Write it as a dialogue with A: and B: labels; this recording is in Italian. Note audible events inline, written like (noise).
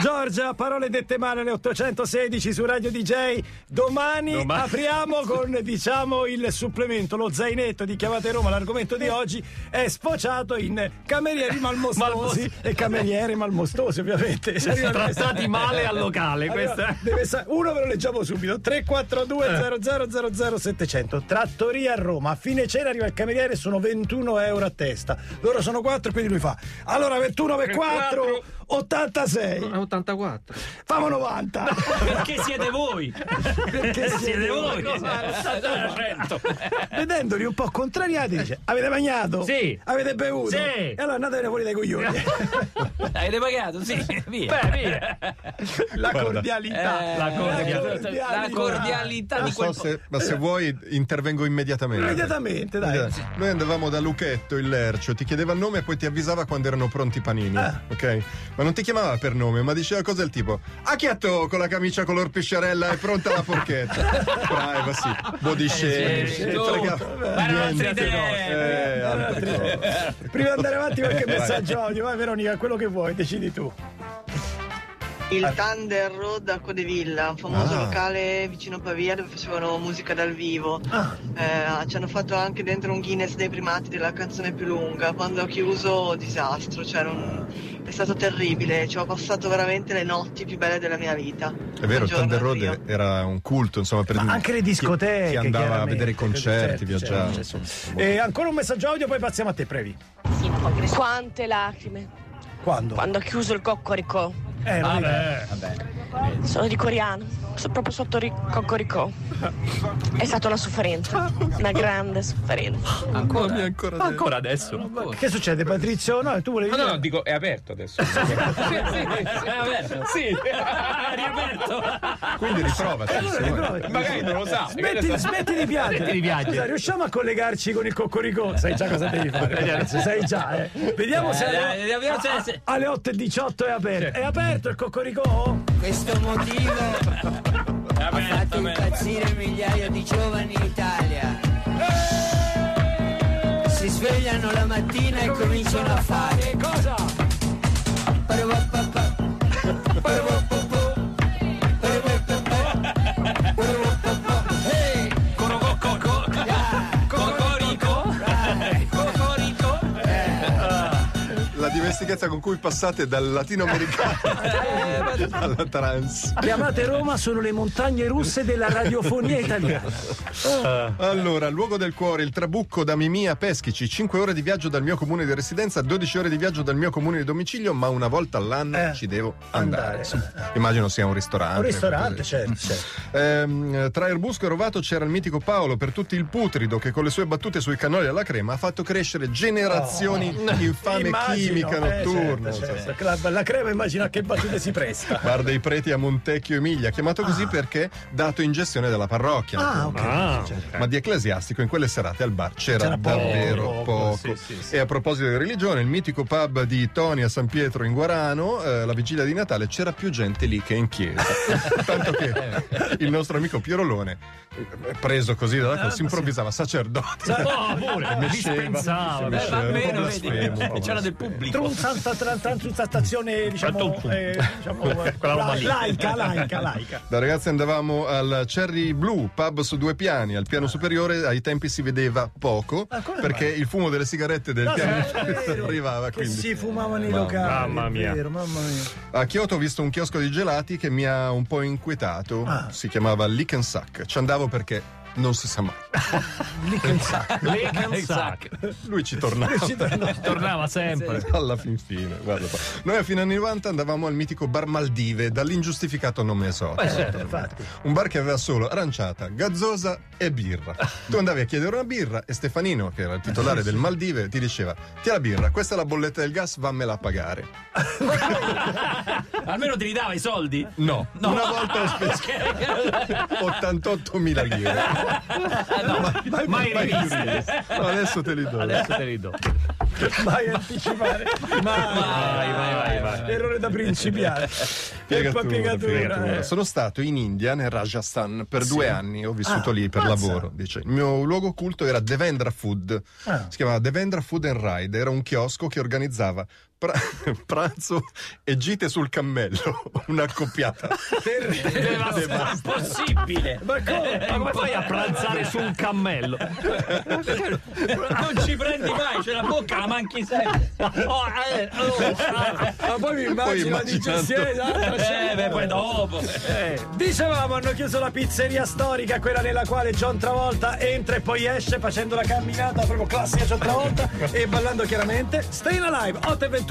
A: Giorgia, parole dette male alle 816 su Radio DJ. Domani,
B: Domani. (laughs)
A: apriamo con diciamo il supplemento, lo zainetto di Chiamate Roma. L'argomento di oggi è sfociato in camerieri malmostosi
B: Malmosi.
A: e cameriere malmostosi, ovviamente. Ci arriva il
B: trattati
A: messaggio.
B: male al locale,
A: Allora,
B: questa-
A: deve sa- uno ve lo leggiamo subito 342 00 700 Trattoria a Roma a fine cena arriva il cameriere sono 21 euro a testa loro sono 4 quindi lui fa allora 21 per
B: Per
A: 4
B: quattro.
A: 86
C: 84.
A: famo 90
D: Perché siete voi?
A: (laughs) perché
D: Siete voi?
A: vedendoli un po' contrariati dice avete bagnato?
B: Sì.
A: avete bevuto?
B: Sì.
A: e allora andatevene fuori dai coglioni
D: (laughs) Avete pagato? Sì, via.
B: Beh, via.
A: (laughs) la
E: Guarda.
A: cordialità
D: Eh,
B: la cordia-
D: la cordialità
E: Non
D: di quel
E: so se, ma se vuoi intervengo immediatamente.
A: immediatamente dai
E: Immediatamente. Noi andavamo da Luchetto, il Lercio, ti chiedeva il nome e poi ti avvisava quando erano pronti i panini,
A: Ah.
E: ok? Ma non ti chiamava per nome, ma diceva cose del tipo Acchiatto con la camicia color pesciarella è pronta
A: (laughs)
E: la forchetta. Privacy,
A: Eh,
E: body shaming,
D: sì,
E: tutte
D: tutto.
E: le
D: Ma erano altre
E: niente.
D: idee.
E: Eh, altre cose.
A: Prima di andare avanti qualche
E: Vai.
A: messaggio audio, (laughs) vai Veronica, quello che vuoi, decidi tu.
F: Il Thunder Road a Codevilla, un famoso
E: Ah.
F: locale vicino Pavia dove facevano musica dal vivo.
A: Ah.
F: Eh, ci hanno fatto anche dentro un Guinness dei primati della canzone più lunga. Quando ho chiuso, disastro, cioè non- è stato terribile. Ci ho passato veramente le notti più belle della mia vita.
E: È vero, il
F: Buongiorno
E: Thunder
F: da
E: Road
F: Rio.
E: era un culto, insomma, per
A: Ma anche le
E: chi-
A: discoteche.
E: Chi andava a
A: chiaramente.
E: vedere i concerti,
A: Certo,
E: viaggiava.
A: certo, certo.
E: insomma.
A: E ancora un messaggio audio, poi passiamo a te, previ.
G: Quante lacrime
A: Quando?
G: quando ha chiuso il Coccoricò.
A: Eh,
C: Ah,
A: lo dico.
B: Vabbè.
G: Sono di Coriano, sono proprio sotto ri- Coccoricò. È stata una sofferenza, una grande sofferenza.
E: Ancora, ancora
B: Ma ancora adesso?
A: Che succede, Patrizio? No, tu
C: No,
A: volevi.
C: no, no, dico, è aperto adesso. sì,
D: È
B: Eh,
D: aperto.
C: sì.
D: Ah, è riaperto.
E: Quindi riprovati.
A: Ah, Eh, Allora,
E: se vuoi.
A: ricordati.
C: Magari non lo sa. magari
A: Smetti,
C: lo sa.
A: smetti di piangere.
B: Smetti di piangere.
A: Scusa, riusciamo a collegarci con il
C: Eh.
A: Cocorico? Sai già cosa devi fare. Patrizio, Sai già, eh. Vediamo se alle,
C: eh,
D: dai, vediamo se-
A: a-
D: se-
A: alle 8.18 è aperto. È aperto il Cocorico?
H: Questo motivo ha
D: È aperto,
H: fatto
D: è aperto.
H: impazzire migliaia di giovani in Italia. Si svegliano la mattina e cominciano a fare.
A: Cosa?
H: Parapapapa, parapapapò, parapapapò, parapapapò. Hey,
D: Coro- co- co- co- Cocorico. Cocorico.
E: La dimestichezza con cui passate dal
A: (laughs) Eh,
E: latinoamericano alla trans.
A: Chiamate Roma sono le montagne russe
C: (laughs)
A: della radiofonia italiana.
E: Allora, luogo del cuore, il trabucco da Mimì a Peschici, 5 ore di viaggio dal mio comune di residenza, 12 ore di viaggio dal mio comune di domicilio, ma una volta all'anno
A: Eh,
E: ci devo
A: andare.
E: andare. Insomma, Immagino sia un ristorante.
A: Un ristorante,
E: qualcosa
A: certo, certo.
E: Ehm, tra Erbusco e Rovato c'era il mitico Paolo per tutti il putrido che con le sue battute sui cannoli alla crema ha fatto crescere generazioni di infame
A: Oh. Immagino,
E: chimica
A: eh,
E: notturna. cioè.
A: certo,
E: insomma.
A: certo. La, la crema immagina a che battute si presta.
E: Bar dei Preti a Montecchio Emilia, chiamato così perché dato in gestione dalla parrocchia.
A: Ah, ok.
E: naturalmente.
B: Ah,
E: Ma di ecclesiastico in quelle serate al bar c'era,
A: C'era poco,
E: davvero
A: poco,
E: poco.
B: sì, sì, sì.
E: E a proposito di religione, il mitico pub di Toni a San Pietro in Guarano, eh, la vigilia di Natale c'era più gente lì che in chiesa. Tanto che il nostro amico Pierolone, eh, preso così dalla cosa, si improvvisava sacerdote.
B: No, pure, mi
E: Mesceva,
B: dispensava.
D: Eh, va
E: un
D: bene,
E: po'
D: vedi.
E: blasfemo, un po'
D: C'era del
E: blasfemo.
A: Tra
D: pubblico.
A: un santa- tra- tra- tra- tra stazione diciamo,
B: Tanto-
A: eh, diciamo eh,
B: Quella roba lì.
A: laica, laica, laica.
E: Da ragazzi andavamo al Cherry Blue, pub su due piani. Al piano superiore ai tempi si vedeva poco
A: Ah, come
E: perché il fumo delle sigarette del
A: No,
E: piano
A: sì, è
E: inferiore
A: vero,
E: arrivava.
A: Che
E: Quindi.
A: si fumava nei
E: Mamma
A: locali.
B: mamma
A: è
B: mia.
A: vero, mamma mia.
E: A Kyoto ho visto un chiosco di gelati che mi ha un po' inquietato.
A: Ah.
E: Si chiamava Lick and Sack. Ci andavo perché non si sa mai.
B: Leganzac.
E: Lui ci tornava.
B: Tornava sempre.
E: Alla fin fine, guarda qua. Noi a fine anni 90 andavamo al mitico Bar Maldive dall'ingiustificato nome esotico.
A: Infatti.
E: Un bar che aveva solo aranciata, gazzosa e birra. Tu andavi a chiedere una birra e Stefanino, che era il titolare del Maldive, ti diceva: Ti la birra, questa è la bolletta del gas, vammela a pagare.
D: Almeno ti ridava i soldi.
E: No, una volta speciale 88.000 lire.
D: No,
E: Ma-
D: mai riviste.
E: più riviste. Adesso te li do.
B: Adesso te li do.
A: mai anticipare. Mai,
D: Vai, vai, vai, vai.
A: Errore da principiare. Peppa piegatura.
E: piegatura.
A: eh.
E: Sono stato in India, nel Rajasthan, per due anni. Ho vissuto
A: Ah,
E: lì per
A: mazza.
E: lavoro. Dice. Il mio luogo culto era Devendra Food.
A: Ah.
E: Si chiamava Devendra Food and Ride. Era un chiosco che organizzava pra- (laughs) pranzo e gite sul cammello. (laughs) Una accoppiata.
D: Devastante. Impossibile.
A: Ma come?
B: Ma come fai a pranzare su un cammello?
D: Non ci prendi mai, c'è la bocca, la manchi sempre. Oh, eh, oh,
A: Ma poi mi (laughs) immagino la
E: immaginando.
A: digestione. esatto,
D: ah.
A: lasciamo-
D: Eh, beh, poi dopo.
A: Eh, Dicevamo, hanno chiuso la pizzeria storica, quella nella quale John Travolta entra e poi esce facendo la camminata proprio classica John Travolta e ballando chiaramente Stay Alive 8 e 21